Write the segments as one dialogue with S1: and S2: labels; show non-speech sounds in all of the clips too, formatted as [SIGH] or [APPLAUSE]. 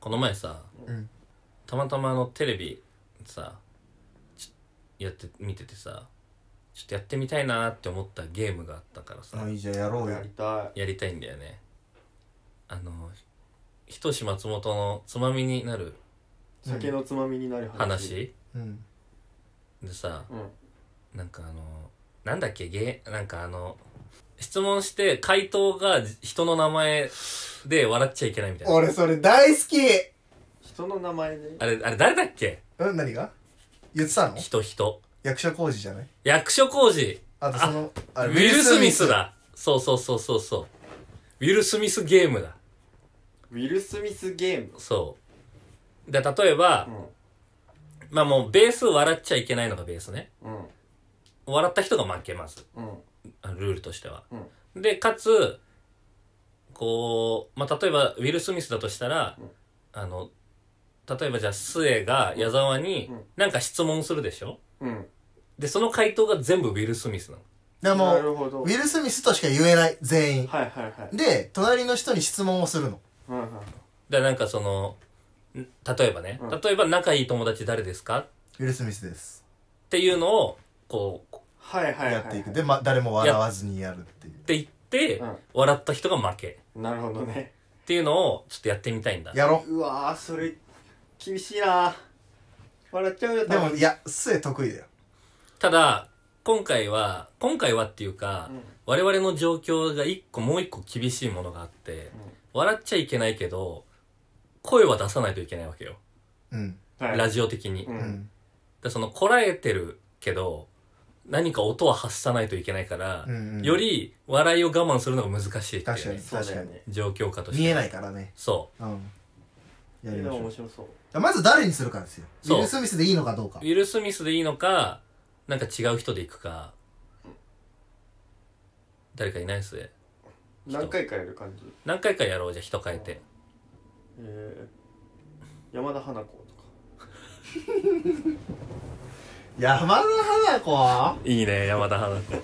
S1: この前さ
S2: うん
S1: たまたまあのテレビさちょやって見ててさちょっとやってみたいなって思ったゲームがあったからさ、
S2: あいいじゃんやろうよ
S3: やりた
S1: やりたいんだよねあのひとし松本のつまみになる
S3: い酒のつまみになる話
S1: 話、
S2: うん
S1: でさ
S3: うん
S1: なんかあのなんだっけゲーなんかあの質問して回答が人の名前で笑っちゃいけないみたいな
S2: 俺それ大好き
S3: 人の名前で
S1: あれあれ誰だっけ
S2: うん何が言ってたの
S1: 人人
S2: 役所広司じゃない
S1: 役所広司
S2: あとそのあ
S1: ウィル・スミスだそうそうそうそうそうウィル・スミスゲームだ
S3: ウィル・スミスゲーム
S1: そうで例えば、まあもうベース笑っちゃいけないのがベースね
S3: うんうん
S1: 笑った人が負けます
S3: うん
S1: あルールとしては、でかつこう、まあ、例えばウィル・スミスだとしたら、
S3: うん
S1: あの例えばじゃあ末が矢沢に
S3: うん
S1: なんか質問するでしょ
S3: うん
S1: でその回答が全部ウィル・スミスなの
S2: でも
S3: なるほど
S2: ウ
S3: はい
S2: ィル・スミスとしか言えない全員
S3: はいはい
S2: で隣の人に質問をするの
S3: うんうん
S1: でなんかそのん例えばね、
S3: うん
S1: 例えば仲いい友達誰ですか
S2: ウィル・スミスです
S1: っていうのをこう
S3: はいはいはい
S2: やっていくで、ま、誰も笑わずにやるっていう
S1: って言って、
S3: うん
S1: 笑った人が負けっ
S3: なるほどね
S1: ていうのをちょっとやってみたいんだ
S2: やろ
S3: うわーそれ厳しいな笑っちゃうよ
S2: うで
S3: 多
S2: も
S3: 分
S2: いや末得意だよ
S1: ただ今回は今回はっていうか、
S3: うん
S1: 我々の状況が一個もう一個厳しいものがあって笑っちゃいけないけど声は出さないといけないわけよ、
S2: うん
S3: はい
S1: ラジオ的に、
S3: う
S2: うんん
S1: でそのこらえてるけど何か音は発さないといけないから、
S2: うんうん
S1: より笑いを我慢するのが難しいっていうね、
S2: 確かに
S3: そう
S2: 確
S3: だ
S2: か
S3: よ
S2: に
S3: ね
S1: 状況下として
S2: 見えないからね
S1: そ
S2: うんやり
S3: で
S2: まし
S3: も
S2: ょ
S3: 面
S2: う
S3: 白そう
S2: まず誰にするかですよウ
S1: そう
S2: ィル・スミスでいいのかどうか
S1: うウィル・スミスでいいのかなんか違う人で行くか誰かいないっすね
S3: 何回かやる感じ
S1: 何回かやろうじゃあ人変えて
S3: えー山田花子とか
S2: 山田花子
S1: いいね山田花子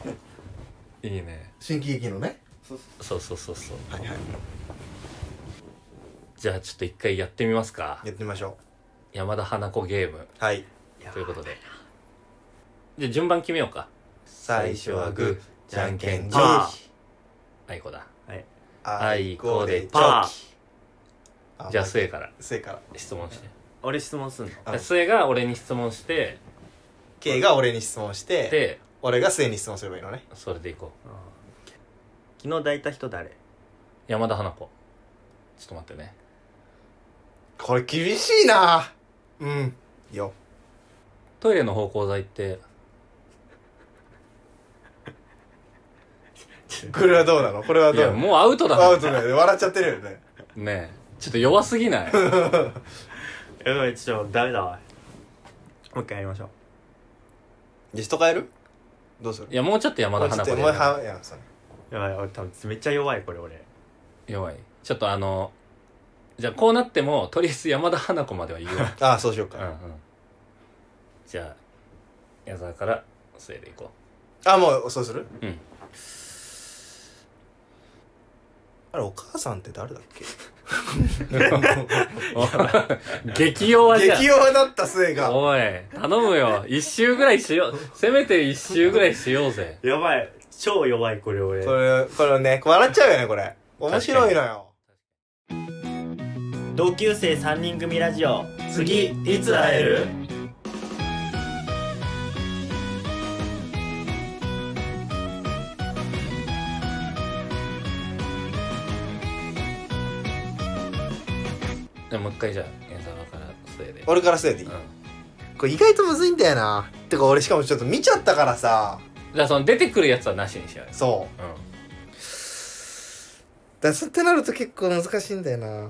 S1: いいね
S2: 新喜劇のね
S3: そうそ
S1: そうそうそうそう
S2: はいはい
S1: じゃあちょっと一回やってみますか
S2: やってみましょ
S1: 山田花子ゲーム
S2: うはい
S1: ということでじゃあ順番決めようか
S2: 最
S1: じゃんけん
S2: じょん
S1: あいこだあ
S2: あ
S1: いこで
S4: パ
S1: パ
S4: ー
S2: ー
S1: じゃあ末から
S2: せいから
S1: 質問して
S4: 俺質問すんの
S2: あ
S1: で末が俺に質問して
S2: イが俺に質問して
S1: で
S2: 俺がイに質問すればいいのね
S1: それでいこう
S4: 昨日抱いた人誰
S1: 山田花子ちょっと待ってね
S2: これ厳しいなうんよ
S1: トイレの芳香剤って
S2: これはどうなのこれはいどう
S1: や
S2: なの
S1: もうアウトだ
S2: ア
S1: な
S2: ウトだよね笑っちゃってるよね
S1: ねえちょっと弱すぎ [LAUGHS] ない
S4: やばいちょっとダメだわもう一回やりましょう
S2: で人変えるどうする
S1: いやもうちょっと山田花子で
S2: もうはいやそれ
S4: やばい俺多分めっちゃ弱いこれ俺
S1: 弱いちょっとあのじゃあこうなってもとりあえず山田花子まで [LAUGHS] は言うわ
S2: ああそうしよう
S1: うんう
S2: か
S1: んじゃあ矢沢から末でいこ
S2: あもうそうする
S1: うん
S2: あれお母さんって誰だっけ
S1: う [LAUGHS] 激弱じゃん
S2: 激弱だった末が
S1: おい頼むよ一周ぐらいしようせめて一周ぐらいしようぜ
S4: やばい超弱いこれ俺
S2: これこれね笑っちゃうよねこれ面白いのよ
S4: 同級生3人組ラジオ次いつ会える
S1: じゃあもう一回じゃあ矢沢から末で
S2: 俺から末でいい
S1: うん
S2: これ意外とむずいんだよなてか俺しかもちょっと見ちゃったからさ
S1: じゃあその出てくるやつはなしにしようよ
S2: そう
S1: うん
S2: だそうってなると結構難しいんだよな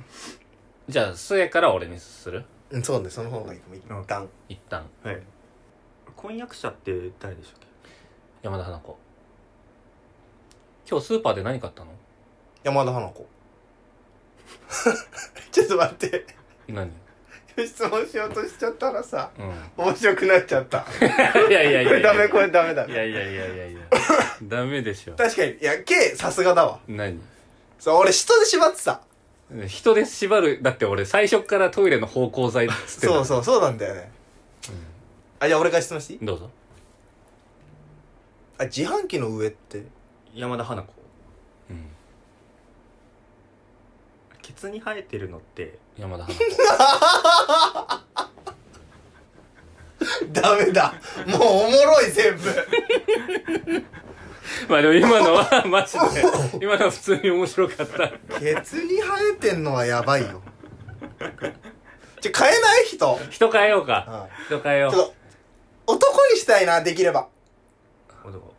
S1: じゃあ、末から俺にする
S2: うんそうねその方がいいかも一旦
S1: 一旦、
S4: はい婚約者って誰でしたっ
S1: 山田花子。今日スーパーで何買ったの
S2: 山田花子 [LAUGHS] ちょっと待って
S1: 何
S2: 質問しようとしちゃったらさ
S1: うん。
S2: 面白くなっちゃった
S1: いやいやいやいや。
S2: これダメこれダメだ
S1: いやいやいやいやいや。ダメでしょ。
S2: 確かにいや K さすがだわ
S1: 何
S2: そう俺人で縛ってた
S1: 人で縛る。だって俺最初からトイレの芳香剤っつってた
S2: そうそうそうなんだよね、あじゃあ俺から質問していい
S1: どうぞ。
S2: あ自販機の上って
S4: 山田花子
S1: うん。
S4: ケツに生えてるのって
S1: 山田花
S2: [LAUGHS] ダメだもうおもろい全部
S1: [LAUGHS] 子。まあでも今のは、マジで。 [LAUGHS] 今のは普通に面白かった。
S2: ケツに生えてんのはやばいよちょ変えない人、
S1: 人変えようか。
S2: は
S1: 人変えよ
S2: い、ちょ
S1: う。
S2: っと男にしたいなできれば
S4: 男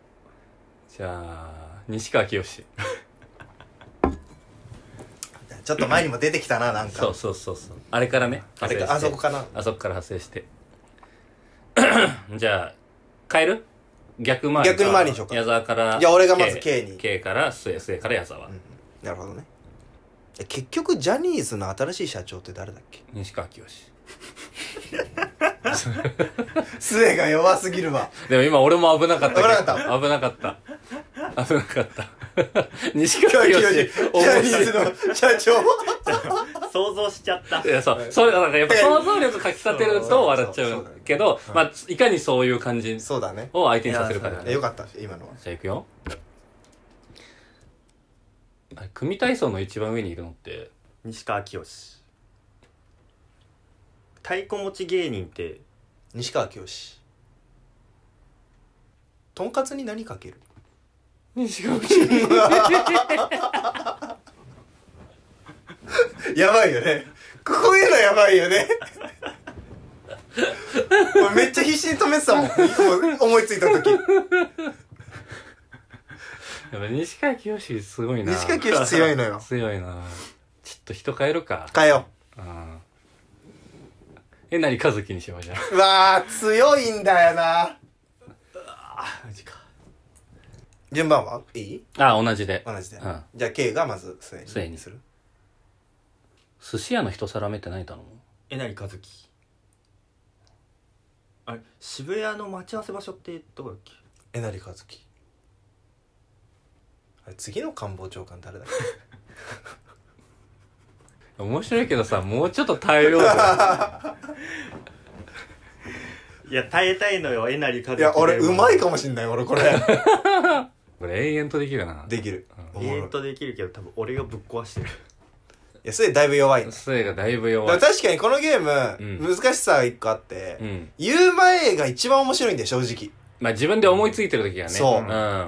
S1: じゃあ、西川きよし。
S2: ちょっと前にも出てきたななんか
S1: そうそうそうそう。あれからね。
S2: あれ
S1: 派
S2: かあ
S1: 生して
S2: そこかな
S1: あそこから派生して。 [COUGHS] じゃあ、変える逆回り
S2: 逆に回りにしようか
S1: 矢沢から。
S2: じゃあ俺がまず K に
S1: K から末、末から矢沢。
S2: なるほどねえ結局ジャニーズの新しい社長って誰だっけ
S1: 西川きよし。
S2: 末が弱すぎるわ
S1: でも今俺も危なかったけど。
S2: 危なかっ
S1: 危なかった。危なかった。
S2: [LAUGHS]
S1: 西
S2: 今
S1: 川
S2: 日
S1: き
S2: ジ
S1: よし。
S2: ャニーズの社長
S4: 想像しちゃ [LAUGHS] った
S1: いや、そう。それ、なんかやっぱ想像力かき立てると笑っちゃ
S2: そう
S1: う
S2: そうそう
S1: けど、まあ、いかにそういう感じ
S2: そうだね
S1: を相手にさせるかだよ
S2: え
S1: ね。
S2: よかった今のは
S1: じゃあ行くよ。あれ組体操の一番上にいるのって、
S4: 西川きよし太鼓持ち芸人って
S2: 西川きよしとんかつに何かける
S1: 西川きよし。
S2: やばいよねこういうのやばいよ [LAUGHS] ね俺めっちゃ必死に止めてたもんもう思いついた時
S1: やっぱ西川きよしすごいな。
S2: 西川きよし強いのよ
S1: 強いな。ちょっと人変えるか。
S2: [LAUGHS] 変えよ
S1: うん。えなにかずきにしようじゃん。
S2: ううわー強いんだよな
S4: マジか
S2: 順番はいい
S1: あ、同じで。
S2: 同じで、
S1: うん
S2: じゃあ K がまず末に
S1: 末に
S2: する
S1: 寿司屋の一皿目って何頼む
S4: えなりかずきあれ渋谷の待ち合わせ場所ってどこだっけ
S2: えなりかずきあれ次の官房長官誰だっけ
S1: 面白いけどさ、もうちょっと耐え
S2: [LAUGHS]
S1: ようよ。
S4: いや耐えたいのよえなりかずき
S2: いや俺うま
S4: い
S2: いかもしんない俺これ
S1: これ永遠とできるな。
S2: [LAUGHS] できる、おも
S4: え
S2: ろ
S4: ー
S2: い
S4: とできるけど多分俺がぶっ壊してる
S2: いや末だいぶ弱いね
S1: 末がだいぶ
S2: だ
S1: 弱い。
S2: から確かにこのゲーム、
S1: うん
S2: 難しさが一個あって、
S1: うん。
S2: 言う前が一番面白いんだよ正直
S1: まあ自分で思いついてる時がね。
S2: そう
S1: うん。な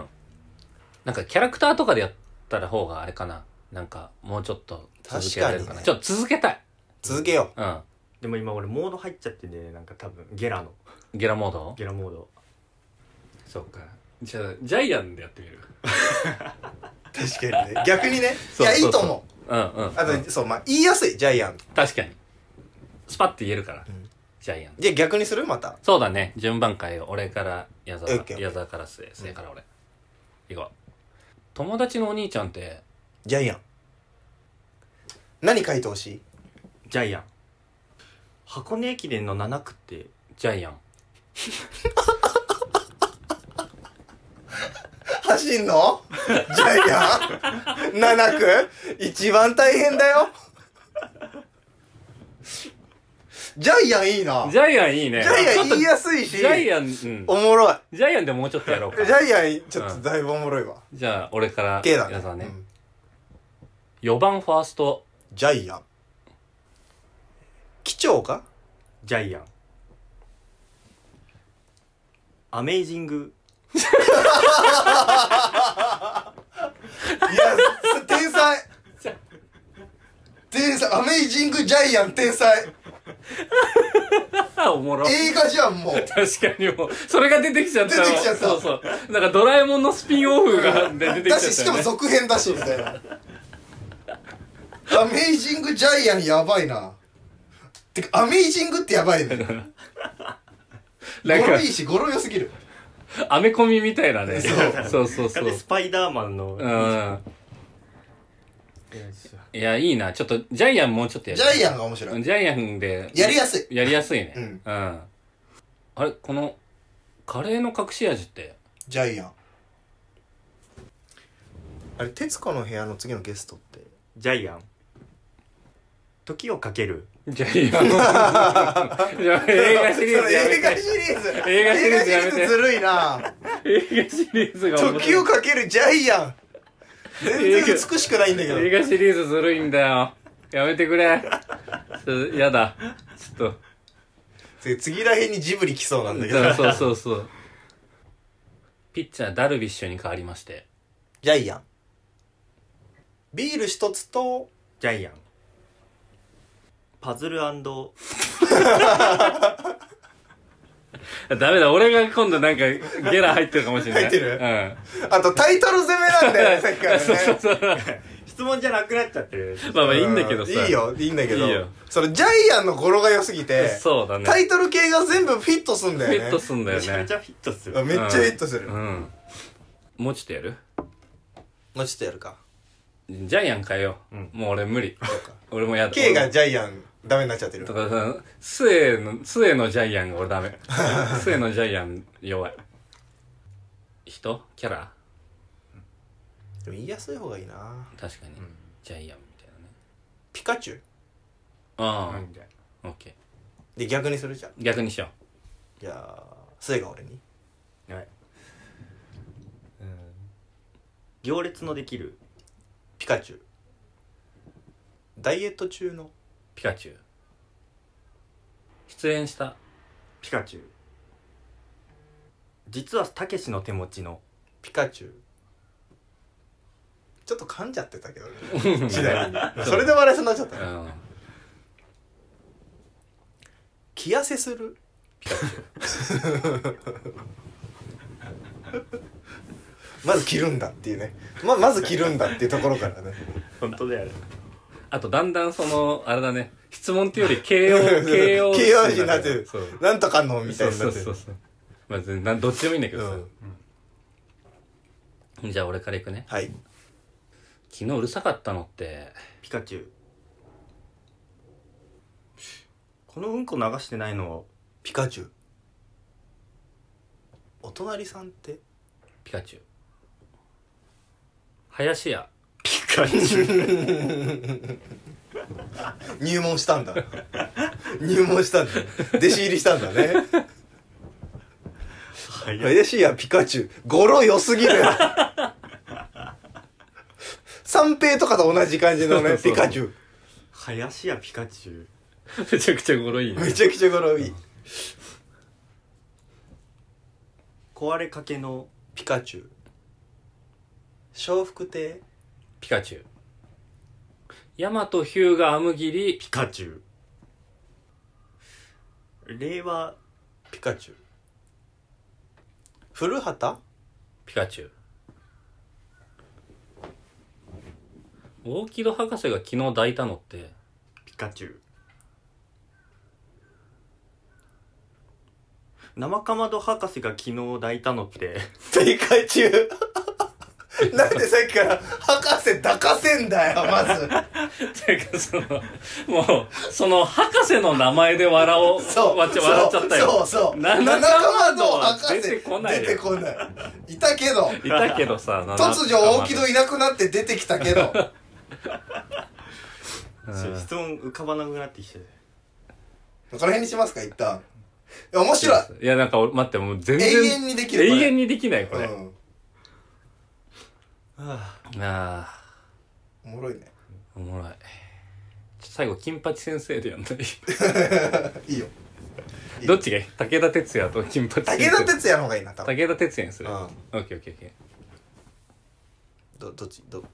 S1: んかキャラクターとかでやったら方があれかな。なんか、もうちょっと続けられるかな。
S2: 確かにね
S1: ちょっと続けたい。
S2: 続けよ
S1: うん。
S4: でも今俺モード入っちゃってねなんか多分ゲラの
S1: ゲラモード
S4: ゲラモード
S1: そうか。じゃあ、ジャイアンでやってみる。
S2: う確かにね逆にね
S1: [LAUGHS]
S2: い
S1: そう
S2: やい
S1: そ
S2: いう
S1: そう
S2: と思う
S1: うんうん。
S2: あと、
S1: うん
S2: そうまあ言いやすいジャイアン
S1: 確かに。スパッて言えるから
S2: ん。
S1: ジャイアン。
S2: じゃあ逆にするまた
S1: そうだね。順番変えよう。俺から矢
S2: オッ
S1: 沢
S2: ケ、ー
S1: 矢沢から末、末から俺。行こう。友達のお兄ちゃんって、
S2: ジャイアン何書いてほしい
S4: ジャイアン箱根駅伝の7区って
S1: ジャイアン。
S2: 走んのジャイアン ?7 区一番大変だよジャイアンいいな
S1: ジャイアンいいね。
S2: ジャイアン言い
S1: ちょっ
S2: やすい
S1: と
S2: し
S1: ジャイアン、うん。
S2: おもろい
S1: ジャイアンでもうちょっとやろう
S2: ジ
S1: か。
S2: ャイアンちょっとだいぶおもろいわ、
S1: じゃあ、俺から、
S2: K だ
S1: 矢沢
S2: ね
S1: ね。4番ファースト、
S2: ジャイアン機長か
S4: ジャイアンアメイジング
S2: いや、天才天才、アメイジングジャイアン天才
S1: あ、おもろ。
S2: 映画じゃん、もう
S1: 確かにもう、それが出てきちゃったわ。
S2: 出てきちゃった
S1: そうそう。なんかドラえもんのスピンオフがで出てきちゃ
S2: だ [LAUGHS]
S1: った、ね。
S2: し、しかも続編だし、みたいなアメイジングジャイアンやばいなてか、アメイジングってやばいね語
S1: なん
S2: 呂
S1: か
S2: いい、し、語呂良すぎる
S1: アメコミみたいなね。
S2: そう
S1: そうそうそう
S4: でスパイダーマンの、
S1: う
S4: い
S1: ん。
S4: や一緒
S1: いや、いいな。ちょっと、ジャイアンもうちょっとや
S2: ジャイ
S1: ア
S2: アンが面白い
S1: ジャイアンで、
S2: やりやすい
S1: やりやすいね。
S2: うん
S1: あれ、この、カレーの隠し味って、
S2: ジャイアンあれ、徹子の部屋の次のゲストって
S4: ジャイアン時をかける
S5: じゃあ、いや、もうじゃあ映画シリーズやめ
S2: 映画
S5: て
S2: シ。リーズ
S5: 映画シリーズやめて
S2: 映画シリーズずるいな
S5: 映画シリーズが面白い
S2: 時をかけるジャイアン全然美しくないんだけど
S5: 映画シリーズずるいんだよ。やめてくれ。ちょっとやだ。ちょっと。
S2: 次らへんにジブリ来そうなんだけど
S5: そうそうそうそう。
S1: ピッチャーダルビッシュに変わりまして
S2: ジャイアンビール一つと
S4: ジャイアンパズル
S1: [LAUGHS]
S5: ダメだ、俺が今度なんかゲラ入ってるかもしれない。
S2: 入ってる
S5: うん。
S2: あとタイトル攻めな
S5: [LAUGHS]
S2: んだよねさっきからね
S5: そうそうそう。
S4: 質問じゃなくなっちゃってる
S5: まあまあいいんだけどさ。
S2: いい。よいいんだけど
S5: いいよ
S2: そのジャイアンの語呂が良すぎて
S5: そうだね。
S2: タイトル系が全部フィットすんだよ
S5: フ
S2: ね
S5: ィットすんだよ
S4: めちゃめ
S5: ね
S4: ち。ゃフィットす
S2: あ
S4: る
S2: めっちゃフィットする、
S5: うん。もうちょっとやる
S2: もうちょっとやるか
S1: ジャイアン変えよう、もう俺無理
S2: そうか
S1: 俺もやだ
S2: K がジャイアンダメになっちゃってる
S1: とかさ末の末のジャイアンが俺ダ
S2: [LAUGHS]
S1: メ末のジャイアン弱い人キャラ
S2: でも言いやすい方がいいな
S1: 確かに、ジャイアンみたいなね
S2: ピカチュウ
S1: あ
S4: うんみたいな
S1: あ、オッケ
S2: で逆にするじゃん
S1: ー逆にしよ
S2: じゃあ末が俺に
S4: はい、うん、行列のできる
S2: ピカチュウダイエット中の
S1: うピカチュウ出演した
S4: ピカチュウ実はたけしの手持ちの
S2: ピカチュウちょっと噛んじゃってたけ
S1: [LAUGHS]
S2: どね時代にそれで笑いそうになっちゃった
S1: う
S2: ね
S1: ん
S2: 気痩せするピカチュウ [LAUGHS] まず着るんだっていうねままず着るんだっていうところからね
S4: 本当だよね
S1: あとだんだんそのあれだね質問っていうより
S2: [LAUGHS]
S1: 形容形容
S2: 形容詞になってる
S1: そう
S2: なんとかのみ
S1: そ
S2: たいうに
S1: そう
S2: なって
S1: そ
S2: る
S1: うそうまあ全然どっちでもいいんだけど
S2: う
S1: さ、
S2: ん
S1: じゃあ俺からいくね
S2: はい
S1: 昨日うるさかったのって
S4: ピカチュウこのうんこ流してないの
S2: ピカチュウお隣さんって
S1: ピカチュウ林家
S4: ピカチュウ
S2: 入門したんだ入門したんだ弟子入りしたんだね
S4: 早い
S2: 林家ピカチュウ語呂良すぎるよ三平とかと同じ感じのねピカチュウ
S4: 林家ピカチュウ
S1: めちゃくちゃ語呂いいね
S2: めちゃくちゃ語呂いい
S4: 壊れかけの
S2: ピカチュウ笑福亭
S1: ピカチュウヤマトヒュウがアムギリ
S4: ピカチュウ令和
S2: ピカチュウ古畑
S1: ピカチュウ大木戸博士が昨日抱いたのって
S4: ピカチュウ生かまど博士が昨日抱いたのって
S2: ピカチュウなんでさっきから博士抱かせんだよまず
S1: ていうかそのもうその博士の名前で笑おう
S2: そう。
S1: わっちゃ笑っちゃったよ
S2: そうそう。
S1: 七
S2: 七
S1: か
S2: か
S1: まど
S2: まど
S1: は
S2: 博士。
S1: 出てこないよ
S2: 出てこない。いた
S1: [LAUGHS]
S2: けど、
S1: いたけどさ
S2: 突如大木戸いなくなって出てきた
S1: [LAUGHS]
S2: けど、
S1: うん
S4: 質問浮かばなくなってきて
S2: この辺にしますか、一旦。いや面白い。
S1: いやなんか俺待ってもう全然
S2: 永遠にできるこれ
S1: 永遠にできないこれ、
S2: うん。
S1: ああ
S2: おもろいね。
S1: おもろいちょ最後金八先生でやんない
S2: いいよ。い
S1: どっちがいい武田鉄矢と金八先生
S2: 武田鉄矢の方がいいな、多分。
S1: 武田鉄矢にする
S2: [LAUGHS] うん
S1: オッケーオッケーオッケ
S2: ど、どっち、ど、
S1: ー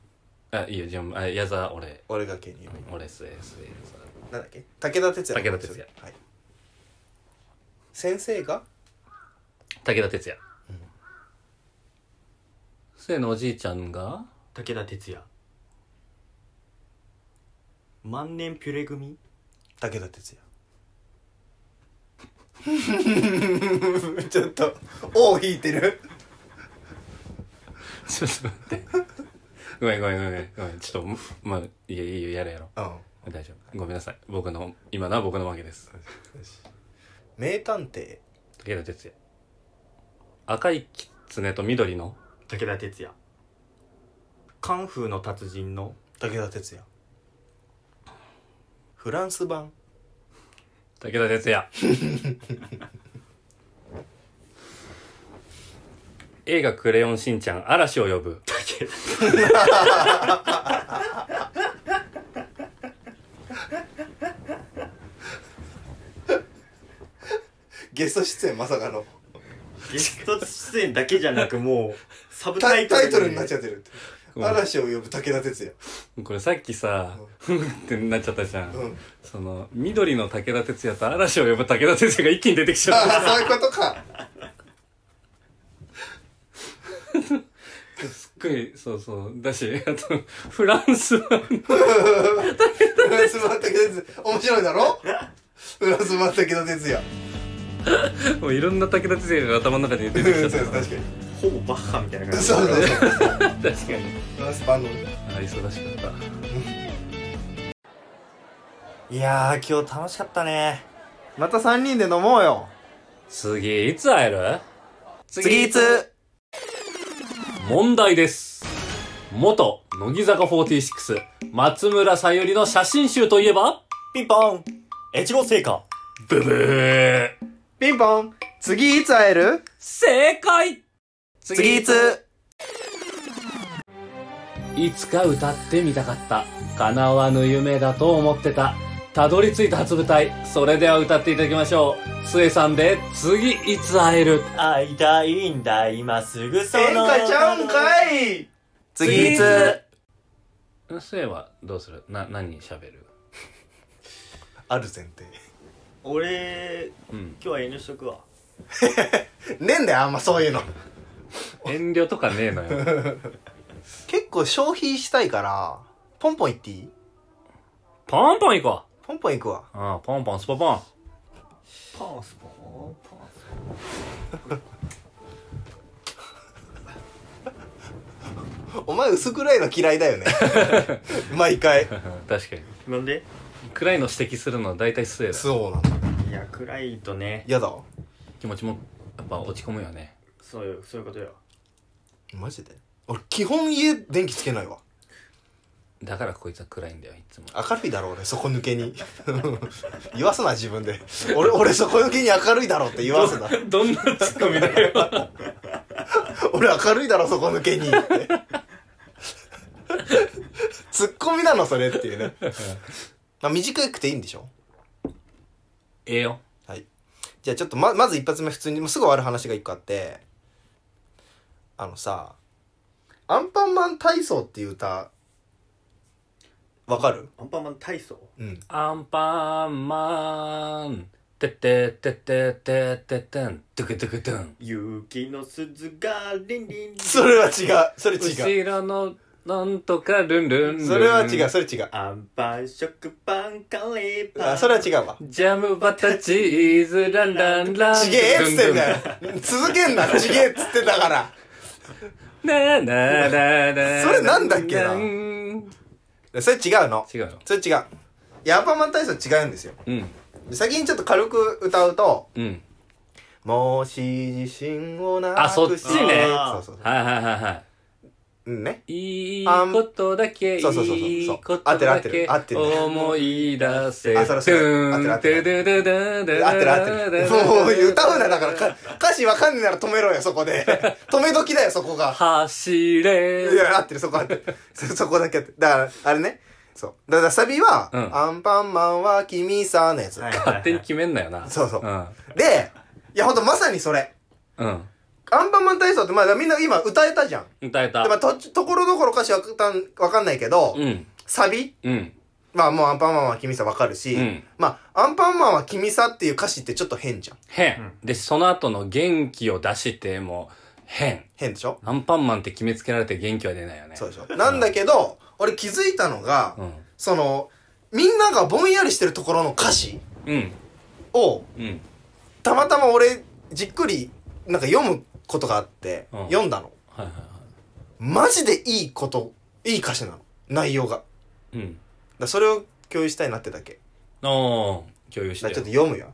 S1: あいいよじゃああ矢沢俺
S2: 俺が芸人。
S1: 俺すえすえす
S2: なんだっけ武田鉄矢の方がいい。
S1: 武田鉄
S2: 矢。はい。先生が
S1: え武田鉄矢末のおじいちゃんが
S4: 武田鉄矢万年ピュレ組
S2: 武田鉄矢。 [LAUGHS] ちょっと、尾を引いてる。
S1: [LAUGHS] ちょっと待ってごめんごめんごめんごめんちょっとまあいいよいいよやれやろ
S2: うん。
S1: う大丈夫ごめんなさい僕の今のは僕の負けです
S2: 名探偵
S1: 武田鉄矢赤い狐と緑の
S4: 武田鉄矢カンフーの達人の
S2: 武田鉄矢フランス版
S1: 武田鉄 [LAUGHS] 矢映画「クレヨンしんちゃん嵐を呼ぶ」
S2: ゲスト出演まさかの
S4: ゲスト出演だけじゃなく
S2: [LAUGHS]
S4: もうサブ
S2: タ
S4: タ
S2: イ
S4: イ
S2: タ
S4: ト
S2: イ
S4: ル
S2: トルになっちゃってるって
S1: うん
S2: 嵐を呼ぶ武田鉄矢
S1: これさっきさ「ふん」ってなっちゃったじゃん、
S2: うん
S1: その緑の武田鉄矢と嵐を呼ぶ武田鉄矢が一気に出てきち
S2: [LAUGHS]
S1: ゃっ
S2: ああそういうことか
S1: たすっごいそうそうだしあとフランスは
S2: フランス版武田鉄矢面白いだろフランス版武田鉄矢
S1: もういろんな武田鉄矢が頭の中に
S2: う
S1: 出
S2: ん
S1: てきちゃ
S2: そ
S1: っ
S2: う
S1: た
S2: そ
S1: よ
S2: う確かに
S4: ほぼバッハみたいな感じ [LAUGHS]
S2: そうそうそう
S1: 確かに
S2: フランス版の
S1: あー忙しかった
S4: いやー今日楽しかったね
S6: また3人で飲もうよ
S1: 次いつ会える
S4: 次いつ
S1: 問題です元乃木坂46松村さゆりの写真集といえば
S4: ピンポン越後製菓
S1: ブブー
S6: ピンポン次いつ会える
S1: 正解
S4: 次いつ
S1: いつか歌ってみたかった叶わぬ夢だと思ってたたどり着いた初舞台それでは歌っていただきましょう末さんで次いつ会える
S4: 会いたいんだ今すぐその
S6: 演歌ちゃうんかい
S4: 次いつ
S1: 末はどうするな何喋る
S2: ある前提
S4: 俺
S1: うん
S4: 今日は遠慮しとくわ
S2: ねえんだよあんまそういうの
S1: [LAUGHS] 遠慮とかねえの [LAUGHS] よ
S6: 結構消費したいからポンポン行っていい
S1: ポンポン行こ
S6: ポンポン行くわ
S1: うああポンポンスポポン
S4: パンスポンパンス
S2: お前薄暗いの嫌いだよね毎回
S1: 確かに
S4: ポンなんで
S1: 暗いの指摘するのは大体末だ
S2: そうなんだ
S4: いや暗いとね
S2: やだ
S1: 気持ちもやっぱ落ち込むよね
S4: そうよそういうことよ
S2: マジで俺基本家電気つけないわ
S1: だからこいつは暗いんだよいつも
S2: 明るいだろうね底抜けに [LAUGHS] 言わすな自分で俺俺底抜けに明るいだろうって言わすな
S1: どんなツッコミだよ
S2: 俺明るいだろ底抜けにってツッコミなのそれっていうねまあ短くていいんでしょ
S1: [LAUGHS] ええよ
S2: はい。じゃあちょっとま、まず一発目普通に、もうすぐ終わる話が一個あって、あのさ、アンパンマン体操っていう歌、わかる
S4: アンパンマン体操
S2: うん。
S1: アンパンマンてってってってってってってんトゥクトゥクトゥン
S4: 雪の鈴がリンリン
S2: それは違う。それ違
S1: 後
S2: う。
S1: ろのなんとかルンルンルン
S2: それは違う。それ違う。
S4: アンパン食パンカレーパン
S2: あ、それは違うわ。
S1: ジャムバタチーズランランラン
S2: ちげえっつってんだよ。続けんな。ちげえっつってたから。
S1: なななな
S2: [LAUGHS] それなんだっけな
S1: 違う
S2: それ違うの。
S1: よ
S2: それ違う。いや、アンパンマン体操違うんですよ。
S1: うん
S2: で先にちょっと軽く歌うと、
S1: うん
S2: もし自信をなく
S1: あそっちね
S2: あーそうそうそ
S1: はいはいはいは
S2: う。うんね。
S1: いいいことだけいい
S2: そうそうそうそう
S1: ことだけ
S2: 合ってる合ってる合ってる
S1: 思い出せ
S2: あそれそれ合ってる合ってる合ってる合ってる。もう歌うな、だからか歌詞わかんねえなら止めろよ、そこで。 [LAUGHS] 止め時だよ、そこが。
S1: 走れ
S2: いや、合ってる、そこ合ってる。そそこだけ合ってるだから、あれね。そう。だからサビは、
S1: うん
S2: アンパンマンは君さ、のやつ。
S4: はいはいはい
S1: 勝手に決めんなよな。
S2: そうそう
S1: うん。
S2: で、いや、ほんとまさにそれ。
S1: うん。
S2: アンパンマン体操って、まあみんな今歌えたじゃん。
S1: 歌え
S2: で、まあ
S1: た。
S2: と、ところどころ歌詞わかんわかんないけど、
S1: うん。
S2: サビ
S1: うん。
S2: まあもうアンパンマンは君さわかるし、
S1: うん
S2: まあ、アンパンマンは君さっていう歌詞ってちょっと変じゃん。
S1: 変。で、その後の元気を出しても、変。
S2: 変でしょ
S1: アンパンマンって決めつけられて元気は出ないよね。
S2: そうでしょ。なんだけど、俺気づいたのが、
S1: うん。
S2: その、みんながぼんやりしてるところの歌詞
S1: うん。
S2: を、
S1: うん。
S2: たまたま俺、じっくり、なんか読むことがあって、
S1: うん
S2: 読んだの。
S1: はいはいは
S2: マジでいいこと、いい歌詞なの。内容が。だか
S1: い。うん。
S2: らそれを共有したいなってだけ。
S1: おー、共有し
S2: だから
S1: て
S2: ちょっ
S1: よ
S2: と。読むよ。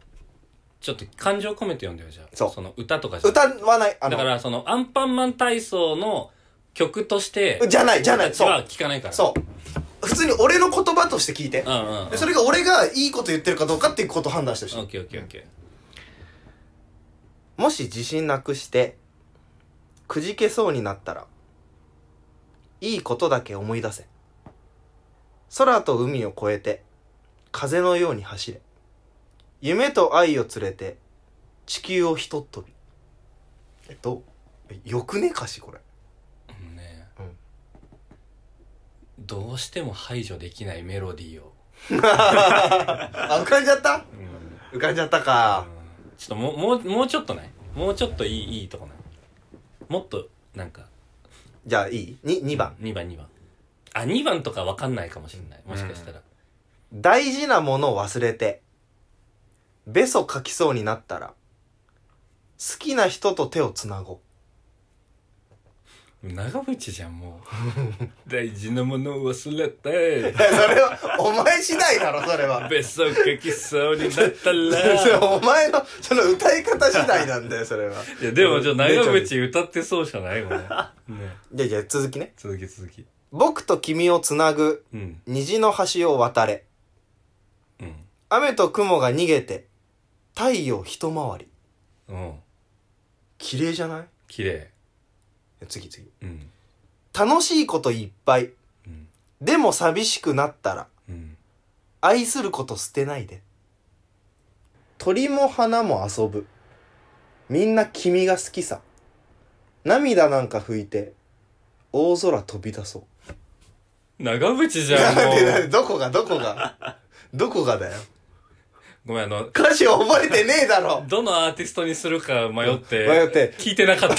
S1: ちょっと感情込めて読んでよ、じゃあ。
S2: そう
S1: その歌とかじゃな
S2: 歌
S1: い
S2: わない、あ
S1: だか
S2: の、
S1: ら、その、アンパンマン体操の曲として、
S2: じゃない、じゃない、
S1: 私
S2: そ
S1: は
S2: う。
S1: 聞かないから。
S2: そう。普通に俺の言葉として聞いて
S1: う。んうんうん。
S2: でそれが俺がいいこと言ってるかどうかっていうことを判断してほし
S1: オッ
S2: い。
S1: ケーオッケーオッケ
S2: もし自信なくして、くじけそうになったら、いいことだけ思い出せ。空と海を越えて、風のように走れ。夢と愛を連れて、地球をひとっ飛び。えっと、えよくね歌詞これ。
S1: ー。もうね、
S2: うん
S1: どうしても排除できないメロディーを。
S2: あ、浮かんじゃった浮かんじゃったか。
S1: ちょっともう、もう、もうちょっとね。もうちょっといい、いいとこない。もっと、なんか。
S2: じゃあいいに、2番。。
S1: 2番2番。あ、2番とかわかんないかもしれない。もしかしたら。
S2: 大事なものを忘れて、ベソ書きそうになったら、好きな人と手をつなごう。
S1: 長渕じゃん、
S2: [LAUGHS]
S1: もう。大事なものを忘れて、
S2: それは、お前次第だろ、それは。
S1: 別荘書きそうになった
S2: [LAUGHS] それ
S1: ら。
S2: はお前の、その歌い方次第なんだ [LAUGHS] よ、それは。
S1: いや、でもちょ、長渕歌ってそうじゃないこれ。ね。
S2: じゃあじゃあ続きね。
S1: 続き続き。
S2: 僕と君をつなぐ、
S1: うん。
S2: 虹の橋を渡れ。
S1: うん。
S2: 雨と雲が逃げて、太陽一回り。
S1: うん。
S2: 綺麗じゃない
S1: 綺麗。
S2: 次次。
S1: うん。
S2: 楽しいこといっぱい。
S1: うん。
S2: でも寂しくなったら、
S1: うん。
S2: 愛すること捨てないで。鳥も花も遊ぶ。みんな君が好きさ。涙なんか拭いて、大空飛び出そう。
S1: 長渕じゃん、も
S2: なんでなんで
S1: う。
S2: どこがどこがどこがだよ。
S1: ごめん、あの、
S2: 歌詞を覚えてねえだろ
S1: どのアーティストにするか迷って、
S2: [LAUGHS] 迷 [LAUGHS] って
S1: 聞いてなかった。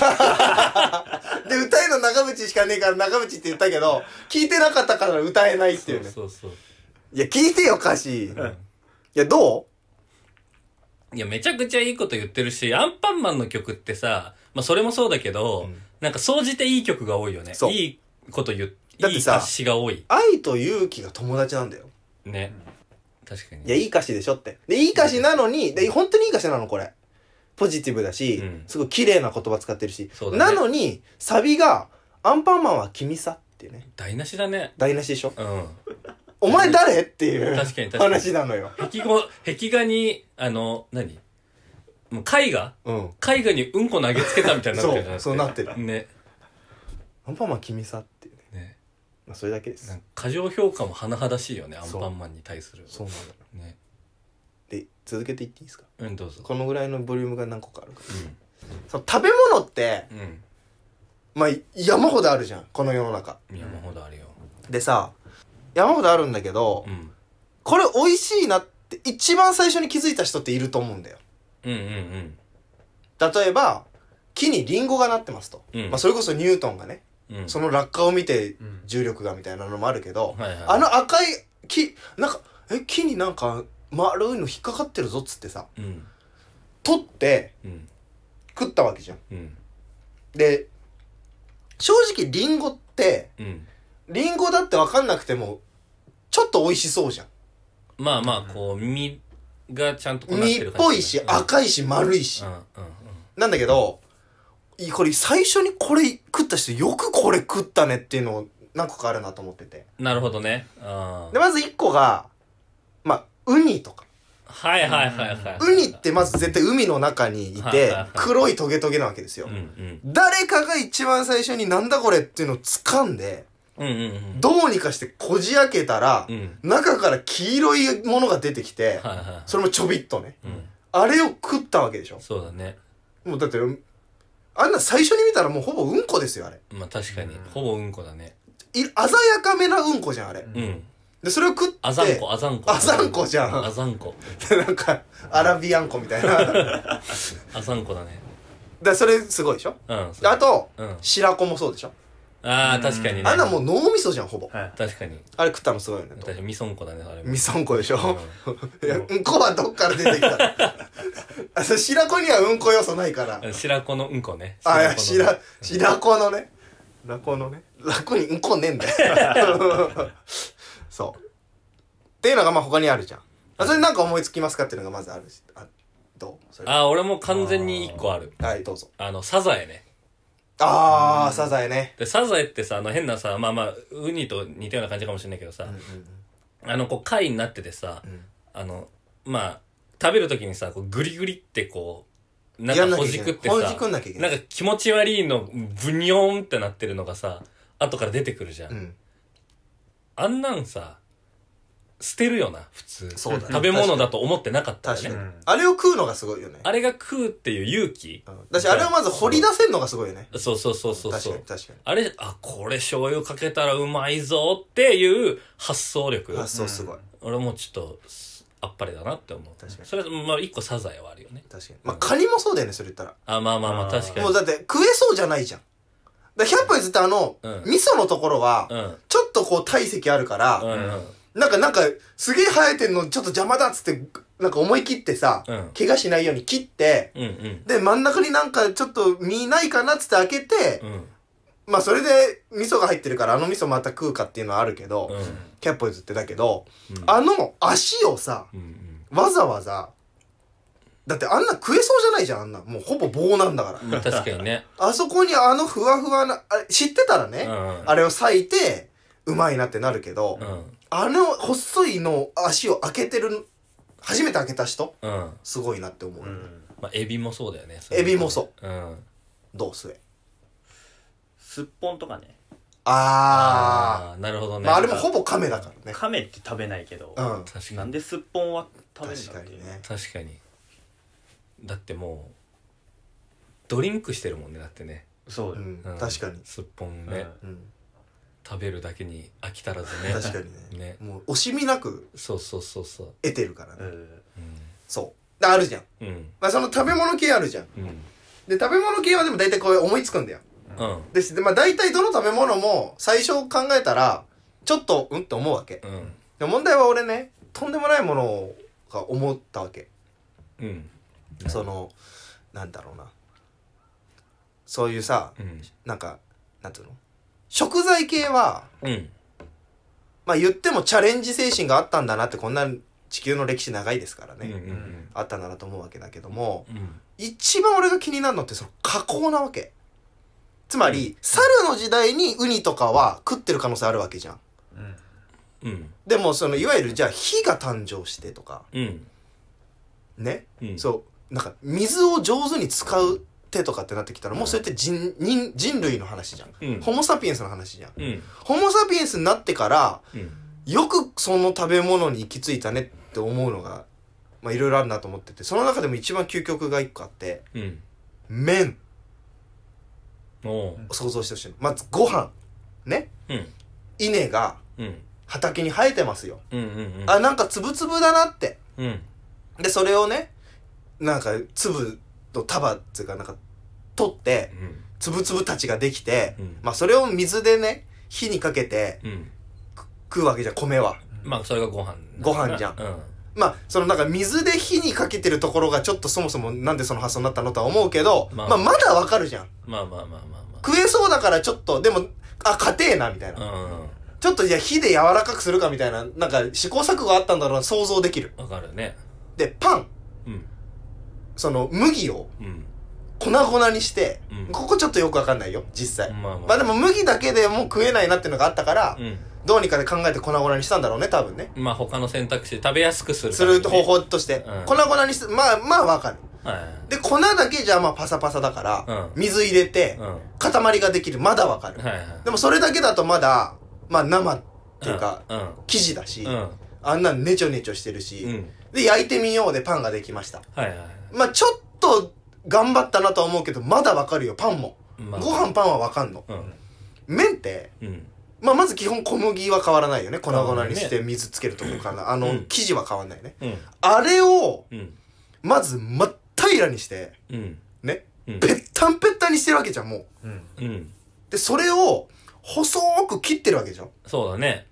S2: で、歌えの長渕しかねえから長渕って言ったけど、聞いてなかったから歌えないっていうね。
S1: そうそう
S2: いや、聞いてよ歌詞。い
S1: そう。
S2: や、ど
S1: いや、めちゃくちゃいいこと言ってるし、アンパンマンの曲ってさ、まあ、それもそうだけど、
S2: うん
S1: なんか、総じていい曲が多いよね。
S2: そう
S1: いいこと言っ
S2: だっ
S1: い
S2: て
S1: い
S2: てさ。
S1: 歌詞が多いう
S2: 愛と勇気が友達なんだよ。
S1: ね。確かに。
S2: いや、いい歌詞でしょって。で、いい歌詞なのに、で、本当にいい歌詞なの、これ。ポジティブだし、
S1: うん
S2: すごい綺麗な言葉使ってるし。
S1: そうだ
S2: な
S1: ね
S2: のに、サビが、アンパンマンは君さっていうね。
S1: 台無しだね。
S2: 台無しでしょ
S1: うん。
S2: お前誰っていう
S1: 確かに確かに
S2: 話なのよ。
S1: 壁画、壁画に、あの、何もう絵画
S2: うん。
S1: 絵画にうんこ投げつけたみたいになって
S2: そ
S1: るじゃ
S2: う、そうなってる。
S1: ん。ね。
S2: アンパンマン君さっていうね。
S1: ね。
S2: まあ、それだけで
S1: なん
S2: す。
S1: か過剰評価も甚だしいよね、アン
S2: そう
S1: パンマンに対する。
S2: そうなんだ。
S1: ね。
S2: で、続けていっていいですか
S1: うん、どうぞ。
S2: このぐらいのボリュームが何個かあるか。その食べ物って、
S1: うん。
S2: まあ、山ほどあるじゃん。この世の中。
S1: うん。山ほどあるよ。
S2: でさ、山ほどあるんだけど、
S1: うん。
S2: これ美味しいなって一番最初に気づいた人っていると思うんだよ。
S1: うんうん
S2: 例えば、木にリンゴがなってますと。
S1: うん
S2: まあ、それこそニュートンがね、
S1: うん。うん。
S2: その落下を見て
S3: うん
S2: 重力がみたいなのもあるけど、
S1: はいはい
S2: あの赤い木、なんか、え、木になんか丸いの引っかかってるぞっつってさ、
S1: うん。
S2: 取って
S1: うん。
S2: 食ったわけじゃん。
S1: うん。
S2: で、正直リンゴって、
S1: うん。
S2: リンゴだって分かんなくても、ちょっと美味しそうじゃん。
S1: まあまあ、こう、身がちゃんとこうな
S2: 実
S1: る
S2: っ
S1: 感じ
S2: ぽいし、
S1: うん
S2: 赤いし、丸いし
S1: うん。うんうん。
S2: なんだけど、いこれ最初にこれ食った人、よくこれ食ったねっていうのを何個かあるなと思ってて。
S1: なるほどね。あ
S2: で、まず1個が、まあ、ウニとか。
S1: はいはいはいはい。
S2: ウニってまず絶対海の中に
S1: は
S2: い
S1: いはい
S2: て
S1: はい、
S2: 黒いトゲトゲなわけですよ
S1: うん。うん。
S2: 誰かが一番最初になんだこれっていうのを掴んで、
S1: うんうんうん。
S2: どうにかしてこじ開けたら
S1: う、ん。
S2: 中から黄色いものが出てきて、
S1: はいはい。
S2: それもちょびっとね。
S1: うん。
S2: あれを食ったわけでしょ。
S1: そうだね。
S2: もうだって、あんな最初に見たらもうほぼうんこですよ、あれ。
S1: まあ確かに
S3: うん。
S1: ほぼうんこだね。
S2: い鮮やかめなうんこじゃん、あれ。
S1: うん。
S2: で、それを食って、
S1: あざんこ、あざんこ。
S2: あざんこじゃん
S1: あざんこ。
S2: なんか、アラビアンコみたい [LAUGHS] な。
S1: あざんこだね。
S2: で、それすごいでしょ
S1: うん。
S2: であと、
S1: うん。
S2: 白子もそうでしょ
S1: ああ、確かにね。
S2: あんなもう脳みそじゃん、ほぼ。
S3: はい
S1: 確かに。
S2: あれ食ったのすごいよね
S1: 確
S2: と
S1: か。に、みそんこだね、あれも。
S2: みそんこでしょ、
S1: う
S2: [LAUGHS] いや、うんこはどっから出てきたの [LAUGHS] あそれ白子にはうんこ要素ないから。
S1: ん白子のうんこね。
S2: あ、いや、
S1: 子の
S2: 白、白子のね。ラコのね。ラコにうんこねえんだよ。 [LAUGHS] そう。っていうのがまあ他にあるじゃん。あそれなんか思いつきますかっていうのがまずあるし。あ、どうそれ
S1: ああ、俺も完全に一個ある。
S2: はい、どうぞ。
S1: あの、サザエね。
S2: ああ、サザエね。
S1: で、サザエってさ、あの変なさ、まあまあ、ウニと似たような感じかもしれないけどさ
S2: うん、うん
S1: あの、こう、貝になっててさ、
S2: うん
S1: あの、まあ、食べるときにさ、こうグリグリってこう、な
S2: やん
S1: ん
S2: な
S1: か
S2: きゃ
S1: ほじ
S2: いけない
S1: くってさ、
S2: ほじくんなきゃいけない
S1: んか気持ち悪いの、ブニョーンってなってるのがさ、後から出てくるじゃん。
S2: うん。
S1: あんなんさ、捨てるよな、普通。
S2: そうだね
S1: 食べ物だと思ってなかったよ
S2: 確か
S1: ね
S2: に
S3: う。ん
S2: あれを食うのがすごいよね。
S1: あれが食うっていう勇気
S2: うんだし、あれをまず掘り出せるのがすごいよね。
S1: そうそうそうそう
S2: 確
S1: そ
S2: か
S1: う
S2: に、。確かに。
S1: あれ、あ、これ醤油かけたらうまいぞっていう発想力。
S2: 発想すごい。
S1: 俺もちょっと、あっぱれだなって思う。
S2: 確かに
S1: それ、まあ一個サザエはあるよね。
S2: 確かに。まあ、カニもそうだよね、それ言ったら。
S1: あ、まあまあまあ
S4: あー
S1: 確かに。
S2: もうだって食えそうじゃないじゃん。だから100歩譲ってあの、
S1: うん
S2: 味噌のところは、
S1: うん。
S2: ちょっとこう体積あるか
S1: う
S2: ら、
S1: んうん。
S2: なんかなんか、すげえ生えてんのちょっと邪魔だっつって、なんか思い切ってさ、
S1: うん
S2: 怪我しないように切って、
S1: うんうん。
S2: で、真ん中になんかちょっと身ないかなっつって開けて
S1: う、ん。
S2: まあそれで味噌が入ってるからあの味噌また食うかっていうのはあるけど、
S1: うん。
S2: 100歩譲ってだけど、
S1: うん
S2: あの足をさ、
S1: うんうん。
S2: わざわざ、だってあんな食えそうじゃないじゃん、あんな。もうほぼ棒なんだから。
S1: まあ確かにね。
S2: あそこにあのふわふわな、あれ知ってたら
S1: う
S2: ね、
S1: ん。
S2: あれを裂いて、うまいなってなるけど、
S1: うん。
S2: あの細いのを足を開けてる、初めて開けた人、
S1: うん。
S2: すごいなって思う。
S4: うん
S1: まあエビもそうだよね。。
S2: エビもそう
S1: うん。
S2: どうすえ。
S4: すっぽんとかね
S2: あ
S1: あー。なるほど
S2: ー。
S1: ね。
S2: まああれもほぼ亀だからね。
S4: 亀って食べないけど、
S2: うん。
S1: 確か
S4: なん
S1: に。
S4: ですっぽんは食べるん
S2: 確
S4: だ
S2: か
S4: ってい
S2: に
S4: う
S2: ね。
S1: 確かに。だってもう、ドリンクしてるもんね、だってね。
S4: そうよ、
S2: うん
S1: うん。
S2: 確かに。
S1: すっぽん
S4: うん
S1: ね。
S2: うん。
S1: 食べるだけに飽き足らずね。
S2: 確かにね。
S1: [LAUGHS] ね。
S2: もう惜しみなく
S1: [LAUGHS] そうそうそうそう。
S2: 得てるから
S4: う
S2: ね。
S4: ん
S2: そう。だあるじゃん。
S1: うん。うん。
S2: まあその食べ物系あるじゃん。
S1: うん。
S2: で、食べ物系はでも大体こう思いつくんだよ。
S1: うん。
S2: です。で、まあ大体どの食べ物も最初考えたら、ちょっと、うんって思うわけ。
S1: うん。
S2: で問題は俺ね、とんでもないものが思ったわけ。
S1: うん。
S2: その、なんだろうな。そういうさ、
S1: うん。
S2: なんか、なんていうの食材系は、
S1: うん。
S2: まあ言ってもチャレンジ精神があったんだなって、こんな地球の歴史長いですから
S1: う
S2: ね。
S1: ん。うん。
S2: あったんだなと思うわけだけども、
S1: うん。
S2: 一番俺が気になるのってその加工なわけ。つまり、猿の時代にウニとかは食ってる可能性あるわけじゃん。
S3: うん
S1: うん。
S2: でもそのいわゆるじゃあ火が誕生してとか
S1: うん。
S2: ね、
S1: うん。
S2: そうなんか水を上手に使う手とかってなってきたらもうそれって人人人類の話じゃん、
S1: うん。うん。
S2: ホモ・サピエンスの話じゃん
S1: うん。
S2: ホモ・サピエンスになってから
S1: うん。
S2: よくその食べ物に行き着いたねって思うのがまあいろいろあるなと思っててその中でも一番究極が一個あって
S1: うん。
S2: 麺
S1: おう。
S2: を想像してほしいのまずご飯ね
S1: うん。
S2: 稲が
S1: うん。
S2: 畑に生えてますよ、
S1: うん。うん。
S2: あなんかつぶつぶだなって
S1: うん。
S2: でそれをねなんか粒と束っていうかなんか取って
S1: うん。
S2: 粒々たちができて、
S1: うん
S2: まあそれを水でね火にかけて
S1: うん。
S2: 食うわけじゃん米は
S1: まあ、それがご飯。
S2: ご飯じゃん
S1: うん。
S2: まあそのなんか水で火にかけてるところがちょっとそもそもなんでその発想になったのとは思うけど、
S1: ま
S2: ま
S1: あ
S2: あ、まだわかるじゃん
S1: まあまあまあまあま
S2: 食えそうだからちょっとでもあ硬えなみたいな、
S1: あ。うん。
S2: ちょっとじゃあ火で柔らかくするかみたいななんか試行錯誤あったんだろうな想像できる
S1: わかるね。
S2: でパン
S1: うん。
S2: その麦を
S1: うん。
S2: 粉々にして、
S1: うん
S2: ここちょっとよくわかんないよ実際、
S1: まあまあ。
S2: まあでも麦だけでもう食えないなっていうのがあったから、
S1: う
S2: どうにかで考えて粉々にしたんだろうね多分ね
S1: ん。まあ、他の選択肢、食べやすくする。
S2: する方。法として、
S1: うん
S2: 粉々にしてまあまあわかる
S1: は
S2: で粉だけじゃまあパサパサだか
S1: う
S2: ら、水入れて
S1: い。うん。は
S2: 塊ができるまだわかる、
S1: いはい。
S2: でもそれだけだとまだまあ生っていうか、
S1: うん。
S2: 生地だし、
S1: うん。
S2: あんなネチョネチョしてるし、
S1: うん。
S2: で焼いてみようでパンができました
S1: はいはい。
S2: まあちょっと頑張ったなとは思うけどまだわかるよパンも、
S1: まあ
S2: ご飯パンはわかんの
S1: うん。
S2: 麺って
S1: うん。
S2: まあ、まず基本小麦は変わらないよね。粉々にし
S1: 変わらない
S2: て水つけるとこから。あ
S1: う
S2: の
S1: ん、
S2: 生地は変わらないね。
S1: うん。
S2: あれを、
S1: うん。
S2: まず真っ平らにして、
S1: うん。
S2: ね。
S1: うん。
S2: ぺったんぺったにしてるわけじゃん、もう。
S3: うん
S1: うん。
S2: で、それを、細く切ってるわけじゃん。
S1: そうだね。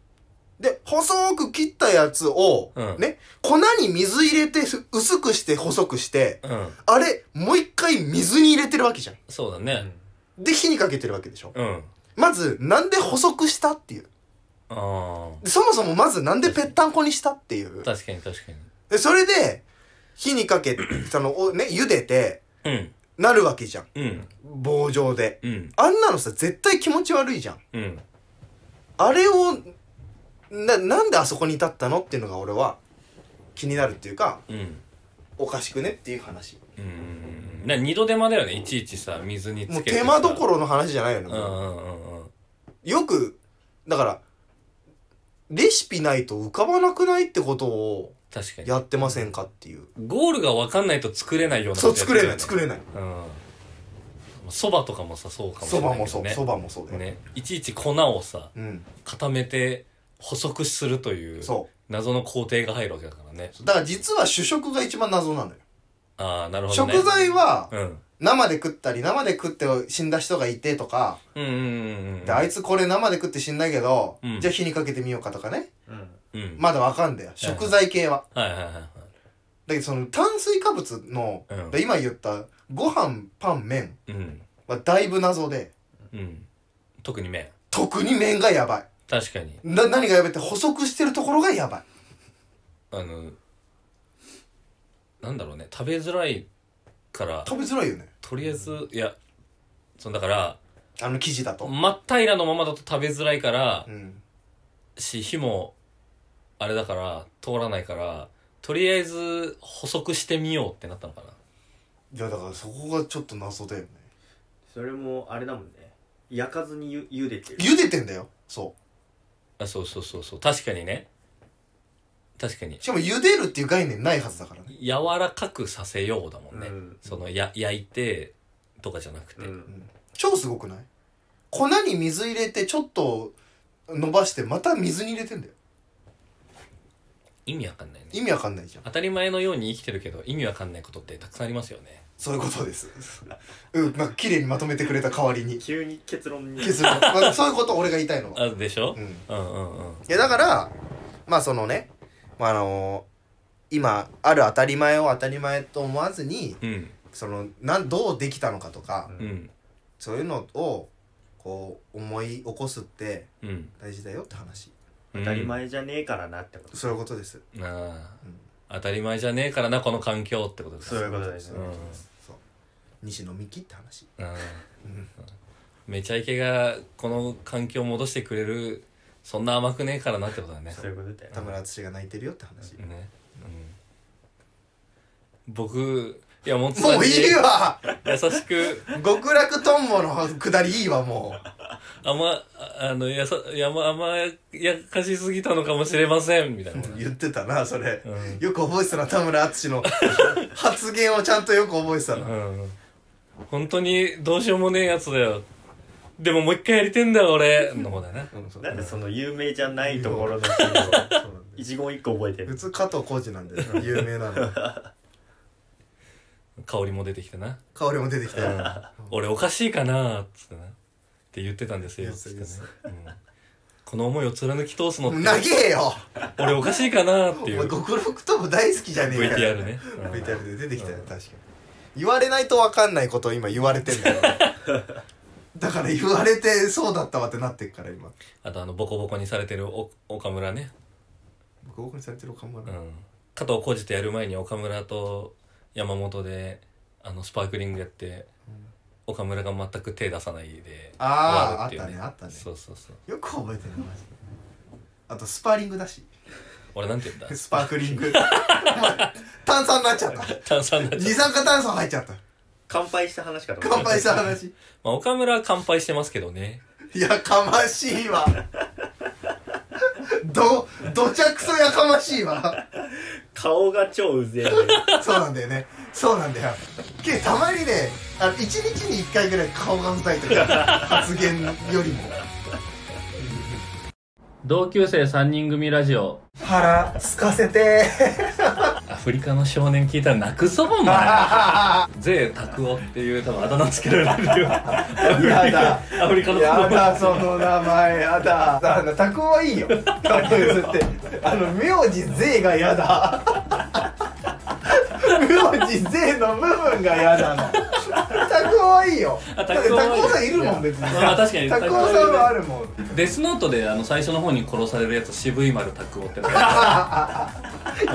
S2: で、細く切ったやつを、
S1: うん
S2: ね、粉に水入れて、す薄くして、細くして、
S1: うん。
S2: あれ、もう一回水に入れてるわけじゃん。
S1: そうだね。
S2: で、火にかけてるわけでしょ。
S1: うん。
S2: まず、なんで細くしたっていう。
S1: あ
S2: でそもそもまず、なんでぺったんこにしたっていう
S1: あ。。確かに確か
S2: [CLEARS THROAT] で、それで、火にかけ、その、おね、茹でて、
S1: に。
S2: なるわけじゃん
S1: うん。
S2: 棒状で
S1: うん。
S2: あんなのさ絶対気持ち悪いじゃん
S1: うん。
S2: あれをななんであそこに至ったのっていうのが俺は気になるっていうか
S1: うん。
S2: おかしくねっていう話
S1: うん。な二度手間だよね。いちいちさ、水につけ
S2: もう
S1: てさ
S2: 手間どころの話じゃないよね、
S1: う
S2: も
S1: んう
S2: うん
S1: うんうん。
S2: よくだからレシピないと浮かばなくないってことを
S1: 確かに。
S2: やってませんかっていう
S1: ゴールが分かんないと作れないような
S2: そう作れない
S1: れ
S2: 作れな
S1: な
S2: い
S1: い。うん。そばとかもさ、そうかもし
S2: そ
S1: れ
S2: ば
S1: ない
S2: も
S1: け
S2: そ
S1: ど
S2: う
S1: ね。
S2: そばもそうだよ、
S1: ね。いちいち粉をさ、
S2: うん
S1: 固めて補足するという、
S2: そ
S1: 謎の工程が入るわけだからね。
S2: うだから実は主食が一番謎なのよ、
S1: ああ、なるほどね。
S2: 食材は
S1: うん。
S2: 生で食ったり生で食って死んだ人がいてとか、
S1: うんうんうんうん。
S2: であいつこれ生で食って死んだけど、
S1: うん
S2: じゃあ火にかけてみようかとかね
S4: うん
S1: うん。
S2: まだわかんだよ食材系は
S1: はいはいはいはい。
S2: だけどその炭水化物の、
S1: うん
S2: で今言ったご飯パン麺
S1: うん。
S2: はだいぶ謎で
S1: うん。特に麺。
S2: 特に麺がやばい
S1: 確かに。
S2: な何がやばいって補足してるところがやばい
S1: あの、なんだろうね。食べづらいから、
S2: 食べづらいよね
S1: とりあえず、いや、そのだから、
S2: あの生地だと
S1: 真っ平らのままだと食べづらいから
S2: う、ん
S1: し、火も、あれだから、通らないから、とりあえず補足してみようってなったのかな。
S2: いやだからそこがちょっと謎だよね
S4: それもあれだもんね焼かずにゆ茹でてる
S2: 茹でてんだよそ
S1: あ、そうそうそうそう。確かにね。確かに
S2: うし。かも茹でるっていう概念ないはずだからね
S1: 柔らかくさせようだもんね。
S4: うん
S1: その、や、焼いて、とかじゃなくて。
S4: うん
S2: 超すごくない粉に水入れてちょっと伸ばしてまた水に入れてんだよ
S1: 意味わかんないね。
S2: 意味わかんないじゃん
S1: 当たり前のように生きてるけど意味わかんないことってたくさんありますよね
S2: そういうことですうんまあ綺麗にまとめてくれた代わりに
S4: 急に結論に
S2: 結論、まあ、そういうこと俺が言いたいのは
S1: あでしょ
S2: う、ん
S1: うん、うんうん
S2: いやだからまあそのね、まあ、あの今ある当たり前を当たり前と思わずに
S1: うん
S2: そのなんどうできたのかとか、
S1: うんうん
S2: そういうのをこう思い起こすって
S1: うん
S2: 大事だよって話
S1: 当
S4: 当たり前じゃねえからなってこと
S2: そういうことです、
S1: ああ
S2: うん、
S1: 当たり前じゃねえからなこの環境ってことです
S4: そういうことです
S1: う
S4: ね
S1: ん
S2: そう西野美紀って話
S1: ああ
S2: うん
S1: めちゃイケがこの環境を戻してくれるそんな甘くねえからなってことだね
S4: そういうことだよ
S2: 田村淳が泣いてるよって話、
S1: ね、うん、僕いやもつ
S2: もういいわ
S1: 優しく
S2: 極楽とんぼの下りいいわも
S1: 甘ああのやさやま甘やかしすぎたのかもしれませんみたいな
S2: う言ってたなそれ、
S1: うん
S2: よく覚えてたな田村淳の発言をちゃんとよく覚えてたな
S1: うん本当にどうしようもねえやつだよでももう一回やりてんだよ俺の方だな
S4: なんでその有名じゃないところの人を一言一個覚えて
S2: 普
S4: る
S2: 通加藤浩次なんで有名なの
S1: [LAUGHS] 香りも出てきてな
S2: 香りも出てきたよ、
S1: 俺おかしいかなっつってなって言ってたんですよ
S2: 言っ
S1: つってて
S2: た
S1: ね、うんこの思いを貫き通すのっ
S2: もう
S1: て
S2: 長えよ
S1: 俺おかしいかなっ
S2: お
S1: てい
S2: 前
S1: う
S2: 極楽とも大好きじゃねえか
S1: VTR ね、うん
S2: VTR で出てきたよ確かに言われないと分かんないことを今言われて
S1: [LAUGHS]
S2: んだよだから言われてそうだったわってなってっから今
S1: あとあのボコボコにされてるお岡村ね、
S2: 僕僕にされてるおかんも
S1: う、
S2: なん
S1: 加藤浩次とやる前に岡村と山本であのスパークリングやって岡村が全く手出さないで終わ
S2: あ
S1: る
S2: ー
S1: ていう
S2: あったねあったね
S1: そうそうそう
S2: よく覚えてるなマジであとスパーリング
S1: [LAUGHS]
S2: だし
S1: 俺なんて言った
S2: スパークリングお前炭酸になっ
S1: [LAUGHS]
S2: ちゃった
S1: 炭酸になっ
S2: 二
S1: ちゃう
S2: 酸化炭素入っちゃった
S4: 乾杯した話かと思
S2: 乾
S4: った
S2: 杯した
S1: [LAUGHS]
S2: 話
S1: まあ、岡村は乾杯してますけどね。
S2: やかましいわどどちゃくそやかましいわ
S4: 顔が超うぜえ
S2: そうなんだよねそうなんだよけどたまにねあの1日に1回ぐらい顔がうざいとか発言よりも
S5: 同級生3人組ラジオ
S2: 腹すかせて
S1: アフリカの少年聞いたら泣くぞ、お前。
S2: ー [LAUGHS]
S1: ぜえ、タクオっていう多分あだ名つけられるよ。
S2: やだ
S1: アフリカの
S2: や
S1: 少年。
S2: だその名前やだだから拓はいいよ拓く譲ってあの名字税がやだ名字税の部分がやだな拓はいいよ
S1: あ
S2: だって
S1: 拓
S2: 拓
S1: 夫はいい
S2: 夫さんいるもん別に
S1: まあ確かに
S2: 拓夫さんはあるもん
S1: デスノートであの最初の方に殺されるやつ、渋い丸タクオって名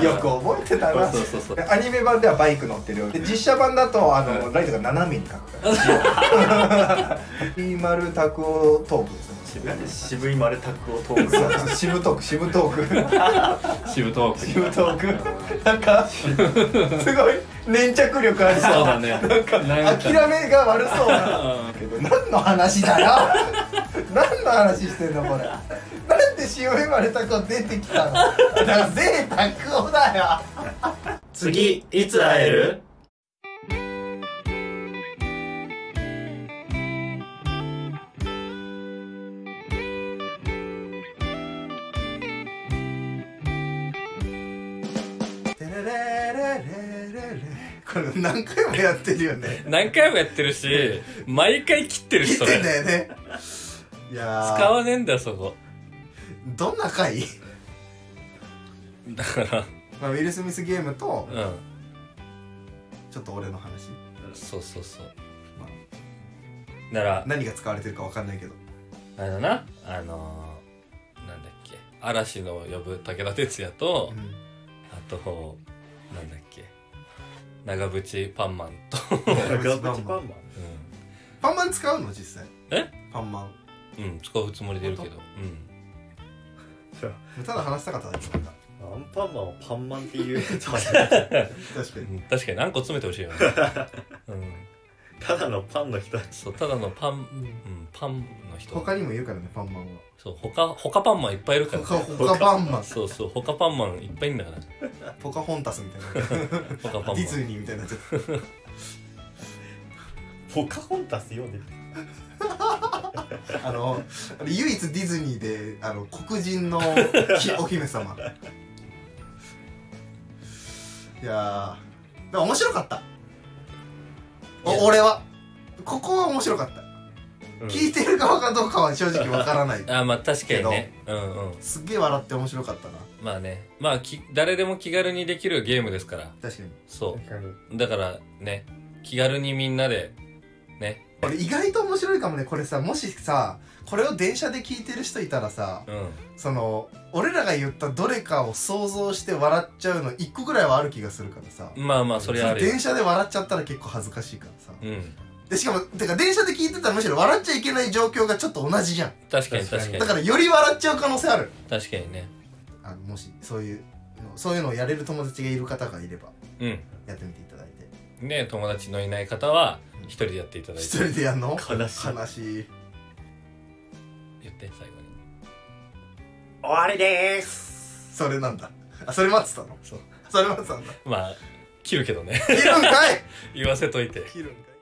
S1: 前
S2: [LAUGHS] よく覚えてたな
S4: そうそうそうそう
S2: アニメ版ではバイク乗ってるよで実写版だとあのライトが斜めに描くからピーマルタクオトーク
S4: [LAUGHS]
S2: ですね
S4: 渋渋い丸タクをトーク
S2: そうそう渋トーク渋トーク
S7: しぶとく。
S2: 渋トークなんかすごい粘着力あり
S7: そう
S2: そう
S7: だね。なんか、
S2: 諦めが悪そうなけど何の話だよ何の話してんのこれなんで塩生まれた子出てきたのだから贅沢をだよ
S4: 次いつ会える
S2: テレレレレレレこれ何回もやってるよね
S1: 何回もやってるし、毎回切ってるし、
S2: 切
S1: そ
S2: ってん
S1: れ。
S2: だよねいやー
S1: 使わねえんだよ、そこ。
S2: どんな回、
S1: [LAUGHS] だから、
S2: まあ、ウィル・スミスゲームと
S1: うん。
S2: ちょっと俺の話
S1: そうそうそう。なら、
S2: 何が使われてるか分かんないけど
S1: あれだな、あのー、なんだっけ、嵐の呼ぶ武田鉄矢と、
S2: うん
S1: あと、なんだっけ、長渕パンマンと、
S2: 長渕パンマンパンマン使うの実際
S1: え
S2: パンマン
S1: うん、うん、使うつもりでいるけど、うん。
S2: ただ話したかっただけなんだ
S4: アンパンマンをパンマンって言うやつ
S2: 確かに
S1: うん確かに何個詰めてほしいよ
S2: [LAUGHS]
S1: ね。うん。
S4: ただのパンの人
S1: そう、ただのパン、うん、パンの人。
S2: 他にもいるからねパンマンは
S1: そう、他、他パンマンいっぱいいるか
S2: ポ
S1: ら、
S2: カポカパン
S1: [LAUGHS]
S2: マン
S1: そうそう、他パンマンいっぱいいるんだから。
S2: ポカホンタスみたいな
S1: 他パンマン。
S2: ディズニーみたいになっちゃった
S4: ポカホンタス読んでる
S2: あのあれ唯一ディズニーであの黒人のきお姫様いやーでも面白かった
S1: いや
S2: お俺はここは面白かった、
S4: うん
S2: 聞いてる側かどうかは正直わか
S1: [LAUGHS]
S2: らない
S1: あ、まあ確かにね。うんうん。
S2: すっげえ笑って面白かったな
S1: まあね。まあき、誰でも気軽にできるゲームですから。
S2: 確かに
S1: そうん。だからね、気軽にみんなで、ね。
S2: 俺意外と面白いかもねこれさもしさこれを電車で聞いてる人いたらさ、
S1: うん。
S2: その俺らが言ったどれかを想像して笑っちゃうの一個ぐらいはある気がするからさ
S1: まあまあ、それはあるよ
S2: 電。車で笑っちゃったら結構恥ずかしいからさ
S1: うん。
S2: でしかもてか電車で聞いてたらむしろ笑っちゃいけない状況がちょっと同じじゃん
S1: 確かに確かに
S2: だ。からより笑っちゃう可能性ある
S1: 確かにね。
S2: あのもしそういうのそういうのをやれる友達がいる方がいれば
S1: う
S2: やってみていただいて
S1: ん。ね友達のいない方は、一人でやっていただい
S2: 一
S1: て。
S2: 人でやんの
S4: 悲しい
S2: 悲しい
S1: 言って、最後に。
S4: 終わりでーす
S2: それなんだあそれ待 [LAUGHS] ってたのそうそれ待ってたんだ
S1: まあ、切るけどね。 [LAUGHS]
S2: 切るんかい
S1: 言わせといて。
S2: 切るんかい